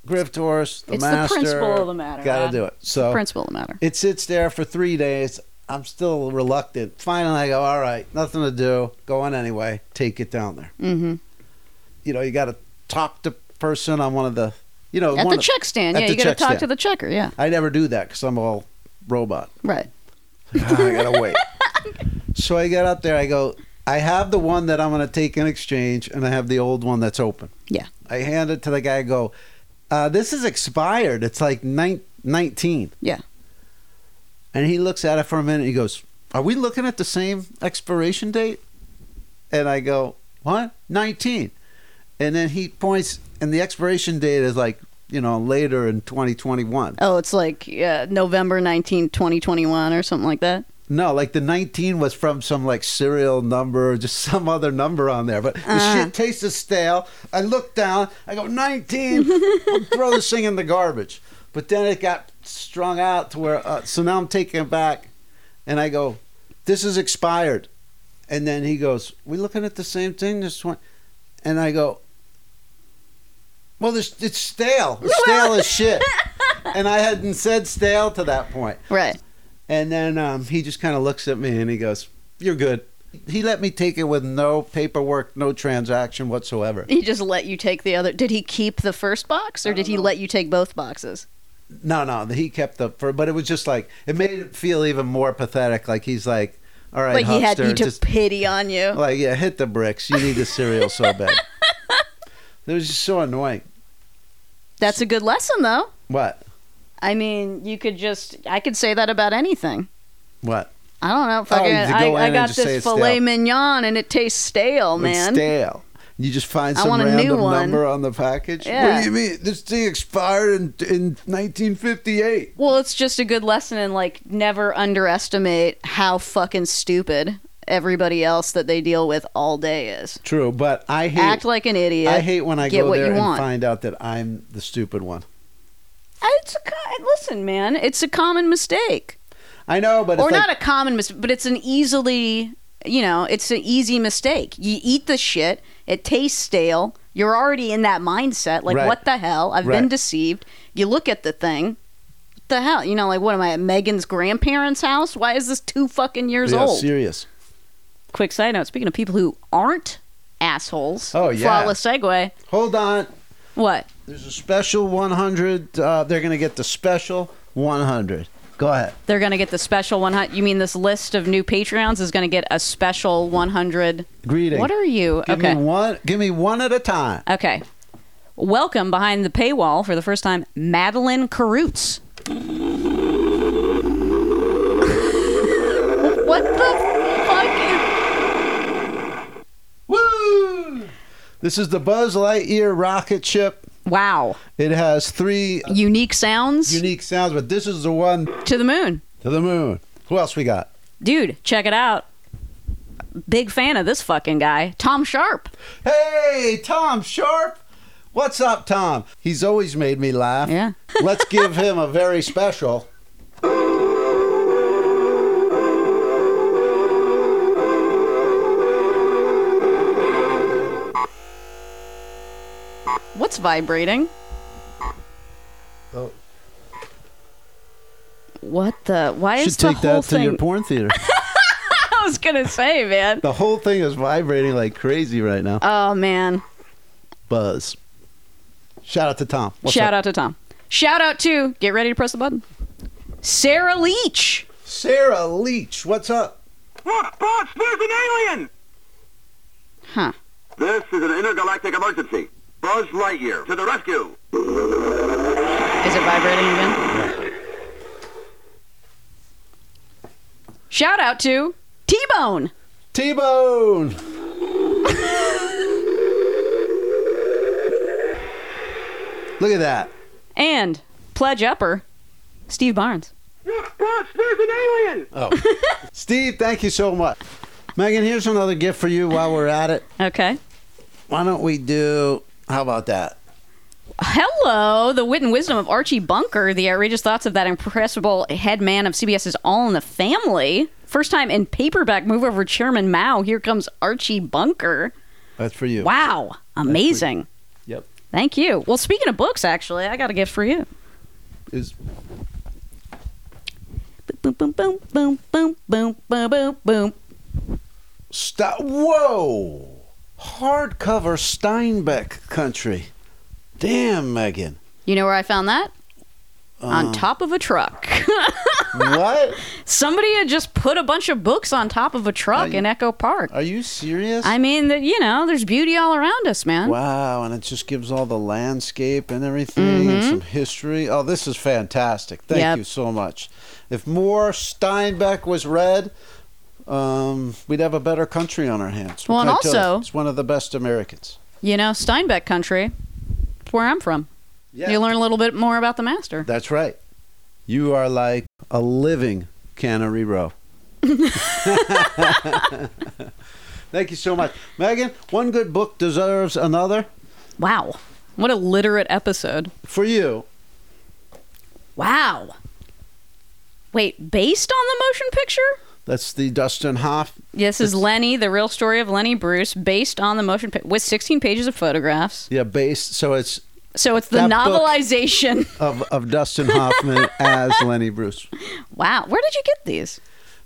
B: Griftors, the
A: It's the
B: master.
A: principle of the matter,
B: Got
A: man.
B: to do it. So
A: Principle of the matter.
B: Oh. it sits there for three days. I'm still reluctant. Finally, I go, all right, nothing to do. Going anyway. Take it down there.
A: Mm-hmm.
B: You know, you got to talk to person on one of the, you know,
A: At
B: one
A: the
B: of-
A: check stand.
B: at
A: Yeah,
B: the
A: you got to
B: check
A: talk
B: stand.
A: to the checker. Yeah.
B: I never do that because I'm all robot.
A: Right.
B: I gotta wait. so I get up there. I go. I have the one that I'm gonna take in exchange, and I have the old one that's open.
A: Yeah.
B: I hand it to the guy. I go. Uh, this is expired. It's like nine, 19.
A: Yeah.
B: And he looks at it for a minute. He goes, "Are we looking at the same expiration date?" And I go, "What? 19." And then he points, and the expiration date is like you know later in 2021.
A: Oh, it's like uh, November 19, 2021 or something like that.
B: No, like the 19 was from some like serial number, just (laughs) some other number on there. But the shit tasted stale. I look down, I go, 19, I'll throw this thing in the garbage. But then it got strung out to where, uh, so now I'm taking it back and I go, this is expired. And then he goes, we looking at the same thing this one? And I go, well, this, it's stale. It's stale as shit. And I hadn't said stale to that point.
A: Right.
B: And then um, he just kind of looks at me and he goes, "You're good." He let me take it with no paperwork, no transaction whatsoever.
A: He just let you take the other. Did he keep the first box or did he let you take both boxes?
B: No, no, he kept the for, but it was just like it made it feel even more pathetic. Like he's like, "All right,
A: like he had
B: huckster,
A: he took
B: just (laughs) Oh,
A: pity on you.
B: like yeah, hit the bricks. You need the cereal
A: (laughs)
B: so bad." It was just so annoying.
A: That's a good lesson though.
B: What?
A: I mean, you could just I could say that about anything.
B: What?
A: I don't know. Fucking,
B: Oh, you could go in
A: I, I
B: and
A: got
B: just say
A: this
B: it's
A: filet
B: stale.
A: mignon and it tastes stale, man.
B: It's stale. You just find
A: I
B: some
A: want a new
B: random
A: one.
B: number on the package. What
A: Yeah.
B: do you mean? This thing expired in, in 1958.
A: Well, it's just a good lesson in like never underestimate how fucking stupid everybody else that they deal with all day is.
B: True, but I hate
A: Act like an idiot.
B: I hate when I
A: get
B: go
A: what
B: there
A: you
B: and
A: want.
B: find out that I'm the stupid one.
A: It's a, co- listen, man. It's a common mistake.
B: I know, but
A: or
B: it's
A: not
B: like,
A: a common mistake, but it's an easily, you know, it's an easy mistake. You eat the shit, it tastes stale. You're already in that mindset, like
B: Right.
A: what the hell? I've been
B: Right.
A: deceived. You look at the thing, what the hell? You know, like what am I at Megan's grandparents' house? Why is this two fucking years
B: yeah,
A: old?
B: serious.
A: Quick side note: speaking of people who aren't assholes,
B: Oh, yeah.
A: flawless segue.
B: Hold on.
A: What?
B: There's a special 100. Uh, they're going to get the special 100. Go ahead.
A: They're gonna get the special one hundred. You mean this list of new Patreons is gonna get a special one hundred?
B: Greeting.
A: What are you?
B: Give
A: okay. Uh,
B: Me one, give me one at a time.
A: Okay. Welcome behind the paywall for the first time, Madeline Karutz. what the fuck?
B: Woo! This is the Buzz Lightyear rocket ship.
A: Is- wow.
B: It has three
A: Unique sounds
B: unique sounds, but this is the one
A: to the moon.
B: to the moon. Who else we got?
A: Dude, check it out. Big fan of this fucking guy, Tom Sharp.
B: Hey, Tom Sharp. What's up, Tom? He's always made me laugh.
A: Yeah.
B: (laughs) Let's give him a very special.
A: What's vibrating?
B: Oh.
A: What the? Why is
B: Should
A: the
B: take
A: whole
B: that to
A: thing?
B: your porn theater.
A: (laughs) I was gonna say, man.
B: the whole thing is vibrating like crazy right now.
A: Oh man.
B: Buzz. Shout out to Tom. What's
A: Shout
B: up?
A: out to Tom. Shout out to get ready to press the button. Sarah Leach.
B: Sarah Leach. What's up?
D: Look, boss, there's an alien!
A: Huh.
D: This is an intergalactic emergency. Buzz Lightyear to the rescue.
A: Is it vibrating again? Shout out to T Bone.
B: T Bone. (laughs) Look at that.
A: And pledge upper, Steve Barnes.
D: Look, boss, there's an alien!
B: Oh. Steve, thank you so much. Megan, here's another gift for you while we're at it.
A: Okay.
B: Why don't we do how about that?
A: Hello, the wit and wisdom of Archie Bunker, the outrageous thoughts of that impressible head man of CBS's All in the Family. First time in paperback move over Chairman Mao. Here comes Archie Bunker.
B: That's for you.
A: Wow, amazing.
B: Yep.
A: Thank you. Well, speaking of books, actually, I got a gift for you.
B: Is
A: Boom, boom, boom, boom, boom, boom, boom, boom, boom.
B: stop whoa. Hardcover Steinbeck country. Damn,
A: (laughs)
B: Megan.
A: You know where I found that?
B: Uh.
A: on top of a truck. (laughs)
B: what?
A: Somebody had just put a bunch of books on top of a truck
B: you-
A: in Echo Park.
B: Are you serious?
A: I mean, that you know, there's beauty all around us, man.
B: Wow, and it just gives all the landscape and everything and some history. Oh, this is fantastic. Thank
A: Mm-hmm. Yep.
B: you so much. If more Steinbeck was read, um, we'd have a better country on our hands. What
A: Well,
B: can
A: and
B: I tell you?
A: also-
B: he's one of the best Americans.
A: You know, Steinbeck country. It's where I'm from.
B: Yeah.
A: You learn a little bit more about the master.
B: That's right. You are like a living Cannery
A: (laughs)
B: Row. (laughs) Thank you so much. Megan, one good book deserves another.
A: Wow. What a literate episode.
B: For you,
A: Wow. Wait, based on the motion picture?
B: that's the Dustin Hoff
A: This is Lenny, the real story of Lenny Bruce, based on the motion pic with 16 pages of photographs.
B: yeah, base. So it's
A: So it's the
B: That book-
A: novelization. (laughs)
B: of, of Dustin Hoffman as Lenny Bruce.
A: wow. Where did you get these?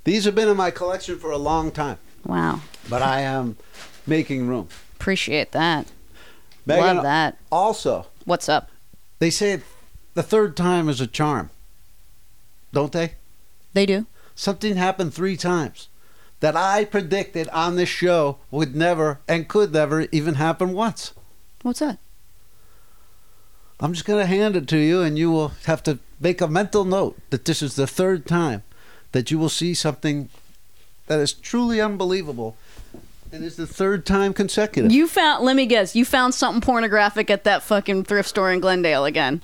B: These have been in my collection for a long time,
A: Wow.
B: but I am making room.
A: Appreciate that.
B: Megan,
A: Love that.
B: Also,
A: What's up?
B: they say the third time is a charm, don't they?
A: They do.
B: Something happened three times that I predicted on this show would never and could never even happen once.
A: What's that?
B: I'm just going to hand it to you, and you will have to make a mental note that this is the third time that you will see something that is truly unbelievable. And it's the third time consecutive.
A: You found, let me guess, you found something pornographic at that fucking thrift store in Glendale again.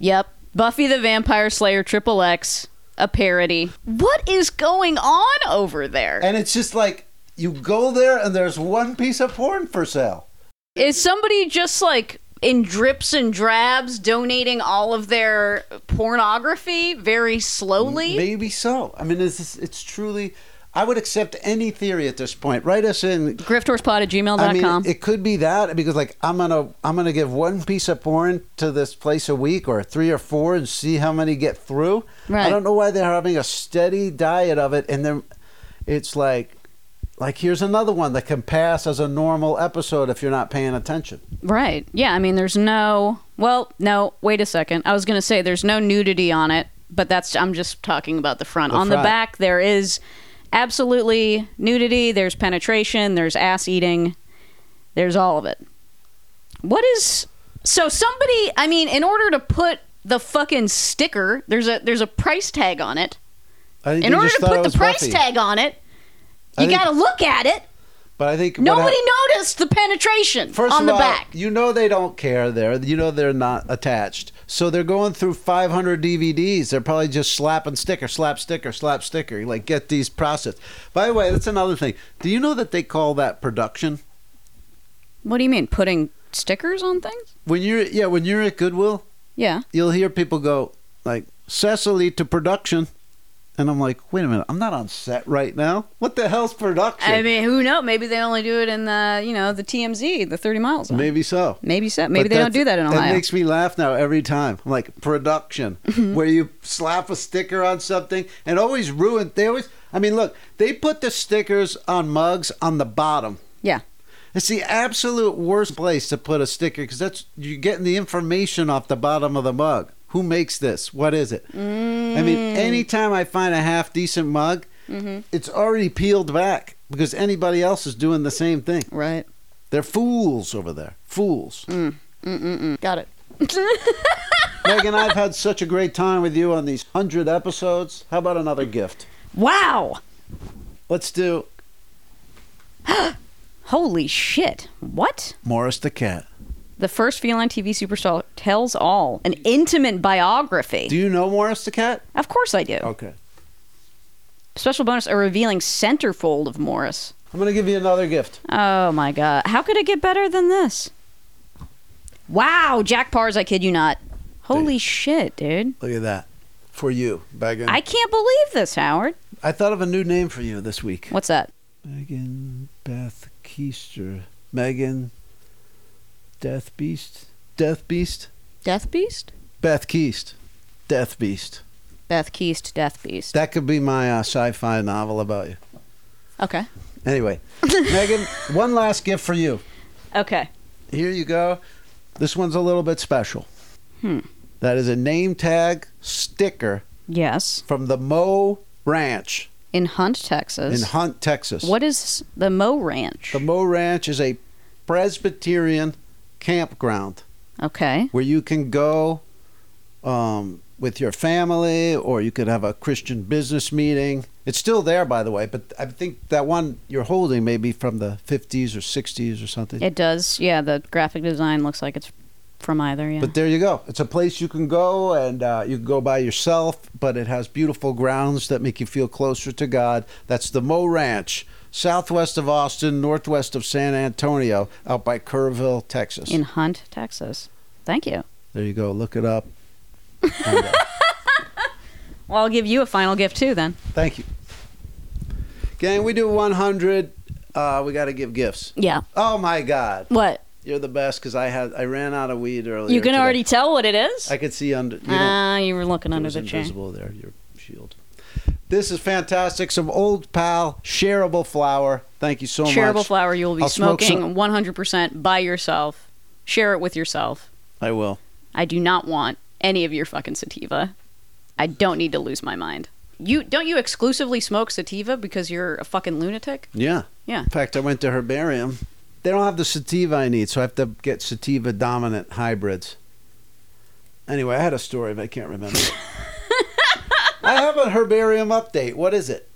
A: Yep. Buffy the Vampire Slayer Triple X, a parody. What is going on over there?
B: and it's just like you go there, and there's one piece of porn for sale.
A: Is somebody just like in drips and drabs donating all of their pornography very slowly?
B: Maybe so. I mean, it's, it's truly. I would accept any theory at this point. Write us in
A: Grifthorspod at gmail.com.
B: I mean, it could be that because like I'm gonna I'm gonna give one piece of porn to this place a week or three or four and see how many get through.
A: Right.
B: I don't know why they're having a steady diet of it, and then it's like like here's another one that can pass as a normal episode if you're not paying attention.
A: Right. Yeah. I mean, there's no. Well, no. Wait a second. I was going to say there's no nudity on it, but that's. I'm just talking about the front.
B: The
A: on the
B: front.
A: back, there is absolutely nudity. There's penetration. There's ass eating. There's all of it. What is. So somebody. I mean, in order to put the fucking sticker, there's a there's a price tag on it.
B: I think
A: In
B: they
A: order
B: just
A: to
B: thought it
A: put the
B: was
A: price
B: Buffy.
A: tag on it,
B: I
A: you
B: think-
A: got to look at it.
B: but I think what
A: Nobody
B: hap-
A: noticed the penetration
B: First
A: on
B: of
A: the
B: all,
A: back.
B: you know they don't care there. You know they're not attached. So they're going through 500 DVDs. They're probably just slapping sticker, slap sticker, slap sticker. Like get these processed. By the way, that's another thing. Do you know that they call that production
A: What do you mean putting stickers on things?
B: when you're yeah when you're at Goodwill?
A: Yeah.
B: You'll hear people go like Cecily to production, and I'm like, wait a minute, I'm not on set right now. What the hell's production?
A: I mean, who knows? Maybe they only do it in the, you know, the TMZ, the 30 miles. Maybe,
B: Maybe so.
A: maybe so. Maybe
B: But
A: they don't
B: that's-
A: do that in
B: It
A: Ohio.
B: makes me laugh now every time. I'm like production,
A: Mm-hmm.
B: where you slap a sticker on something and always ruin. They always. I mean, look, they put the stickers on mugs on the bottom.
A: yeah.
B: It's the absolute worst place to put a sticker because that's you're getting the information off the bottom of the mug. Who makes this? What is it? I
A: Mm.
B: mean, anytime I find a half decent mug,
A: Mm-hmm.
B: it's already peeled back because anybody else is doing the same thing.
A: Right.
B: They're fools over there. Fools.
A: Got it.
B: Megan, I've had such a great time with you on these 100 episodes. How about another gift?
A: Wow.
B: Let's do
A: Holy shit. What?
B: Morris the Cat.
A: The first feline TV superstar tells all an intimate biography.
B: Do you know Morris the cat?
A: of course I do.
B: Okay.
A: Special bonus a revealing centerfold of Morris.
B: I'm gonna give you another gift.
A: Oh my god. How could it get better than this? Wow, Jack Pars, I kid you not. Holy shit, dude.
B: Look at that. For you, Megan.
A: I
B: I,
A: can't believe this, Howard.
B: thought of a new name for you this week.
A: What's that?
B: Megan Beth Keister. Megan Death Beast. Death Beast.
A: Death Beast?
B: Beth Keist. Death Beast.
A: Beth Keast, Death Beast.
B: That could be my uh, sci-fi novel about you.
A: Okay.
B: Anyway, Megan, one last gift for you.
A: Okay.
B: Here you go. This one's a little bit special.
A: Hmm.
B: That is a name tag sticker
A: Yes.
B: from the Moe Ranch
A: In Hunt, Texas.
B: in Hunt, Texas.
A: What is the Moe Ranch?
B: The Moe Ranch is a Presbyterian campground
A: okay.
B: where you can go um, with your family or you could have a Christian business meeting. It's still there, by the way, but I think that one you're holding may be from the 50s or 60s or something.
A: It does. Yeah, the graphic design looks like it's from either. Yeah.
B: But there you go. It's a place you can go and uh, you can go by yourself, but it has beautiful grounds that make you feel closer to God. That's the Moe Ranch, southwest of Austin, northwest of San Antonio, out by Kerrville, Texas.
A: in Hunt, Texas. Thank you.
B: there you go. Look it up. uh,
A: Well, I'll give you a final gift too then.
B: (laughs) Thank you. Gang, we do 100. Uh, we got to give gifts.
A: Yeah.
B: Oh my God,
A: What?
B: you're the best because I had I ran out of weed earlier.
A: You can
B: Oh, today.
A: already tell what it is?
B: I could see under. You don't-
A: Ah, you were looking
B: It
A: under
B: was
A: the chair.
B: invisible there, your shield. This is fantastic. Some old pal shareable flower. Thank you so much.
A: Shareable flower you will be
B: I'll smoke
A: smoking
B: some-
A: 100% by yourself. Share it with yourself.
B: I will.
A: I do not want any of your fucking sativa. I don't need to lose my mind. You don't you exclusively smoke sativa because you're a fucking lunatic?
B: Yeah.
A: Yeah.
B: In fact, I went to herbarium. They don't have the sativa I need, so I have to get sativa dominant hybrids. Anyway, I had a story, but I
A: (laughs)
B: can't remember. it. I have a herbarium update. What is it?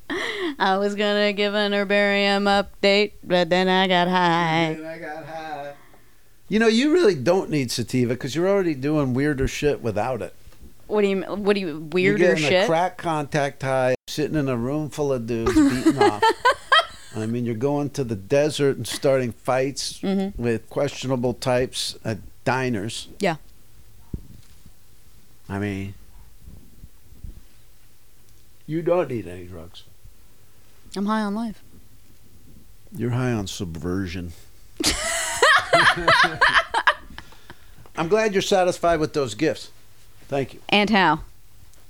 A: I was gonna give an herbarium update, but then I got high.
B: I got high. You know, you really don't need sativa because you're already doing weirder shit without it.
A: What do you what do you
B: You're
A: weirder
B: getting a
A: shit?
B: crack contact high, sitting in a room full of dudes
A: (laughs)
B: beating off. I mean, you're going to the desert and starting fights with questionable types at diners.
A: Mm-hmm. Yeah.
B: I mean, you don't need any drugs.
A: I'm high on life.
B: You're high
A: (laughs)
B: on subversion. I'm glad you're satisfied with those gifts. Thank you.
A: And how?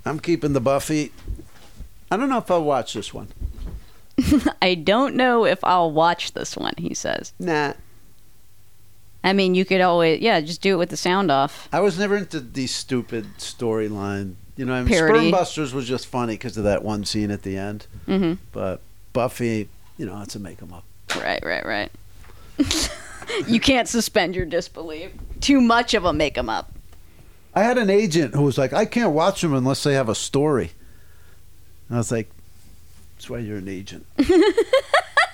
B: I'm keeping the Buffy. I don't know if I'll watch this one.
A: I don't know if I'll watch this one, he says.
B: Nah.
A: I mean, you could always, yeah, just do it with the sound off.
B: I was never into these stupid storyline. You know, I mean,
A: Parody.
B: Sperm Busters was just funny because of that one scene at the end.
A: hmm
B: But Buffy, you know, it's a make 'em up.
A: Right, right, right. (laughs) you can't suspend your disbelief. Too much of a make 'em up.
B: I had an agent who was like, I can't watch them unless they have a story. And I was like, that's why you're an agent.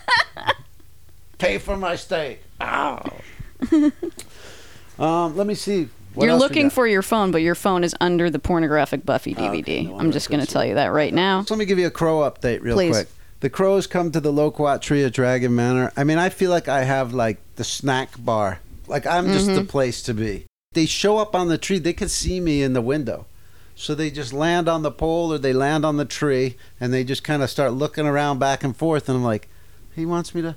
A: (laughs)
B: Pay for my steak.
A: (laughs)
B: Ow. um, let me see. What
A: You're
B: else we
A: looking
B: got? Oh,
A: for your phone, but your phone is under the pornographic Buffy
B: okay,
A: DVD.
B: no wonder
A: I'm just
B: it
A: going to
B: does
A: tell you that right now.
B: So let me give you a crow update real
A: Please.
B: quick. The crows come to the Loquat Tree at Dragon Manor. I mean, I feel like I have like the snack bar. Like I'm just
A: Mm-hmm.
B: the place to be. They show up on the tree. They could see me in the window. So they just land on the pole or they land on the tree and they just kind of start looking around back and forth and I'm like, "He wants me to."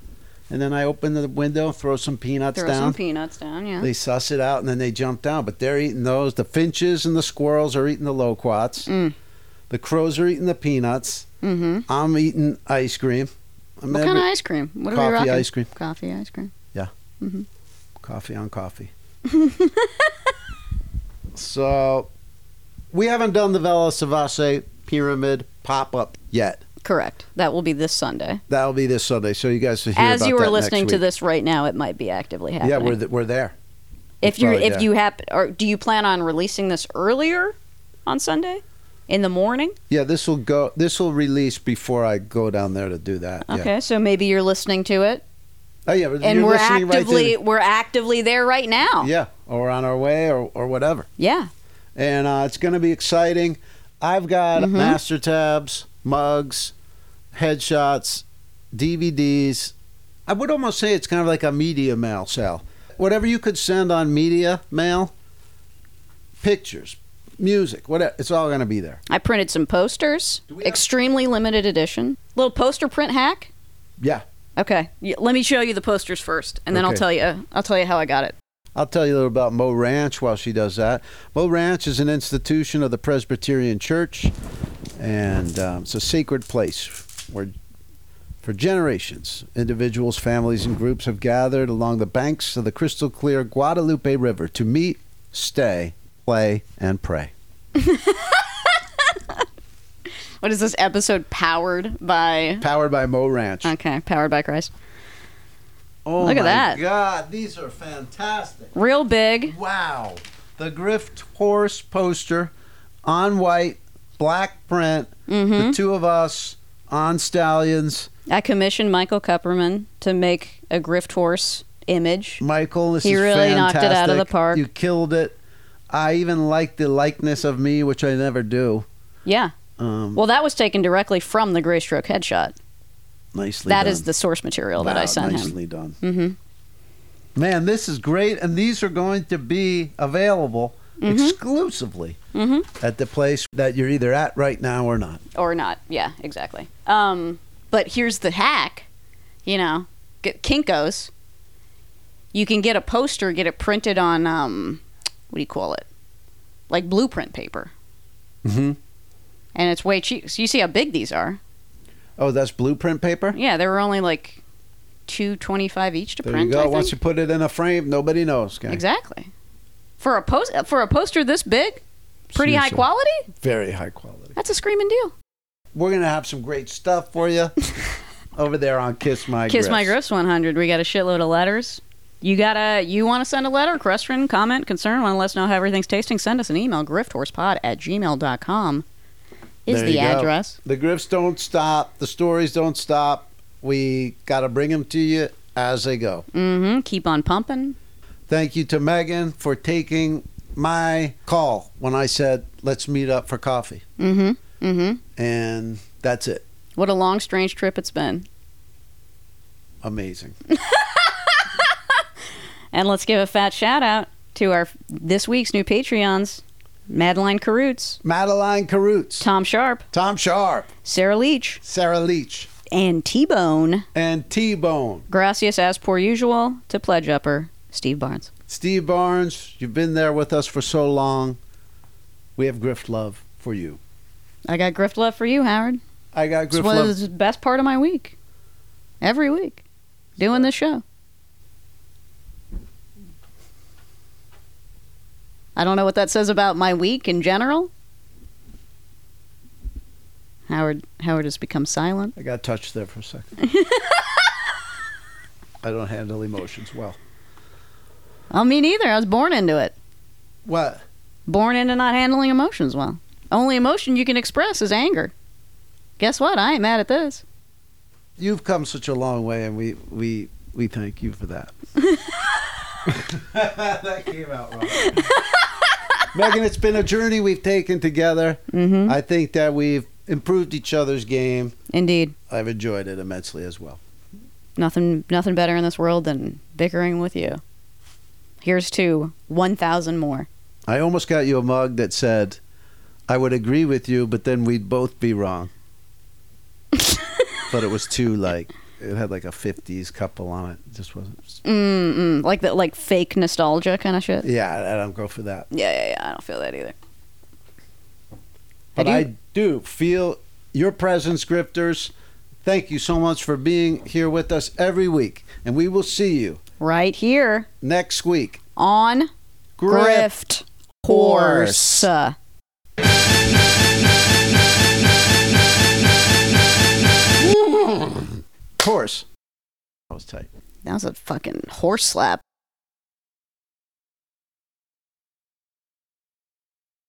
B: And then I open the window, throw some peanuts
A: Throw
B: down.
A: some peanuts down, yeah.
B: They suss it out and then they jump down. But they're eating those. The finches and the squirrels are eating the loquats.
A: Mm.
B: The crows are eating the peanuts.
A: Mm-hmm.
B: Hmm? I'm eating ice cream. I'm
A: What kind of ice cream? What are
B: coffee
A: we rocking?
B: ice cream.
A: Coffee ice cream.
B: Coffee on
A: (laughs)
B: coffee. so we haven't done the Vela Savase pyramid pop up yet.
A: Correct. That will be this Sunday.
B: That'll be this Sunday. So you guys should hear
A: As
B: about
A: you are
B: that next
A: listening to
B: week.
A: this right now, it might be actively happening.
B: Yeah, we're, th- we're there.
A: if you
B: Probably,
A: if
B: yeah.
A: you happen or do you plan on releasing this earlier on Sunday in the morning?
B: Yeah, this will go. This will release before I go down there to do that. Yeah.
A: Okay, so maybe you're listening to it
B: Oh yeah, but
A: and
B: you're
A: we're
B: listening
A: actively
B: right
A: we're actively there right now.
B: to, yeah, or on our way or or whatever.
A: Yeah.
B: And uh, it's going to be exciting. I've got master tabs, mugs, headshots, DVDs. I would almost say it's kind of like a media mail sale. Whatever you could send on media mail, pictures, music, whatever, it's all going to be there.
A: I printed some posters, extremely limited edition. Little poster print hack.
B: Yeah.
A: Okay, y- let me show you the posters first, and then I'll
B: Okay.
A: tell you. I'll tell you how I got it.
B: I'll tell you a little about Mo Ranch while she does that. Mo Ranch is an institution of the Presbyterian Church, and um, it's a sacred place where, for generations, individuals, families, and groups have gathered along the banks of the crystal clear Guadalupe River to meet, stay, play, and pray.
A: What is this episode powered by?
B: Powered by Mo Ranch.
A: Okay, powered by Christ.
B: Oh
A: Look at
B: my
A: that.
B: God, these are fantastic.
A: Real big.
B: Wow. The Grift Horse poster on white, black print,
A: Mm-hmm.
B: the two of us on stallions.
A: I commissioned Michael Kupperman to make a grift horse image.
B: Michael, this
A: He
B: is
A: really knocked it out of the
B: fantastic.
A: park.
B: You killed it. I even like the likeness of me, which I never do.
A: Yeah.
B: Um,
A: Well, that was taken directly from the Graystroke headshot.
B: nicely
A: That
B: done.
A: is the source material that
B: Wow,
A: I sent him. Mm-hmm.
B: nicely done. Man, this is great, and these are going to be available
A: Mm-hmm.
B: exclusively at the place that you're either at right now or not.
A: Or not. Yeah, exactly. Um, but here's the hack. You know, get Kinkos. You can get a poster, get it printed on um, what do you call it? Like blueprint paper,
B: Mm-hmm.
A: and it's way cheap. So you see how big these are?
B: Oh, that's blueprint paper.
A: Yeah, they were only like two twenty-five each to
B: There
A: print.
B: you go.
A: I think.
B: Once you put it in a frame, nobody knows. Okay.
A: Exactly. For a post for a poster this big, pretty high
B: Seriously.
A: quality.
B: Very high quality.
A: That's a screaming deal.
B: We're gonna have some great stuff
A: (laughs)
B: for you over there on Kiss My
A: Kiss My
B: Grips.
A: Grips 100. We got a shitload of letters. You gotta, you want to send a letter, question, comment, concern, want to let us know how everything's tasting, send us an email, grifthorspod at gmail.com is
B: There
A: the
B: you go.
A: address.
B: The grips don't stop. The stories don't stop. We gotta bring them to you as they go.
A: Mm-hmm. Keep on pumping.
B: Thank you to Megan for taking my call when I said let's meet up for coffee,
A: Mm-hmm. Mm-hmm.
B: and that's it.
A: What a long, strange trip it's been.
B: Amazing.
A: And let's give a fat shout out to our this week's new Patreons, Madeline Caroots,
B: Madeline Caroots,
A: Tom Sharp,
B: Tom Sharp,
A: Sarah Leach,
B: Sarah Leach,
A: and T-Bone.
B: and T Bone.
A: Gracias as per usual to pledge upper Steve Barnes.
B: Steve Barnes, you've been there with us for so long. We have grift love for you.
A: I got grift love for you, Howard.
B: I got
A: This
B: grift love.
A: was the best part of my week. Every week, doing this show. I don't know what that says about my week in general. Howard Howard has become silent.
B: I got touched there for
A: (laughs)
B: a second. I don't handle emotions well.
A: Oh, me neither. I was born into it.
B: What?
A: Born into not handling emotions well. Only emotion you can express is anger. Guess what? I ain't mad at this.
B: You've come such a long way, and we we we thank you for
A: (laughs)
B: that. (laughs) that came out wrong. Megan, it's been a journey we've taken together.
A: Mm-hmm.
B: I think that we've improved each other's game.
A: Indeed.
B: I've enjoyed it immensely as well.
A: nothing nothing better in this world than bickering with you. Here's to 1,000 more.
B: I almost got you a mug that said, I would agree with you, but then we'd both be wrong. but it was too, like, it had like a 50s couple on it. It just wasn't.
A: Mm-mm, like the like fake nostalgia kind of shit. Yeah,
B: Yeah, I- I don't go for that.
A: yeah, yeah. I don't feel that either.
B: But
A: do-
B: I do, feel your presence, grifters. Thank you so much for being here with us every week. And we will see you
A: Right here
B: next week.
A: on Grift, Horse.
B: Horse. Of course. That was tight.
A: That was a fucking horse slap.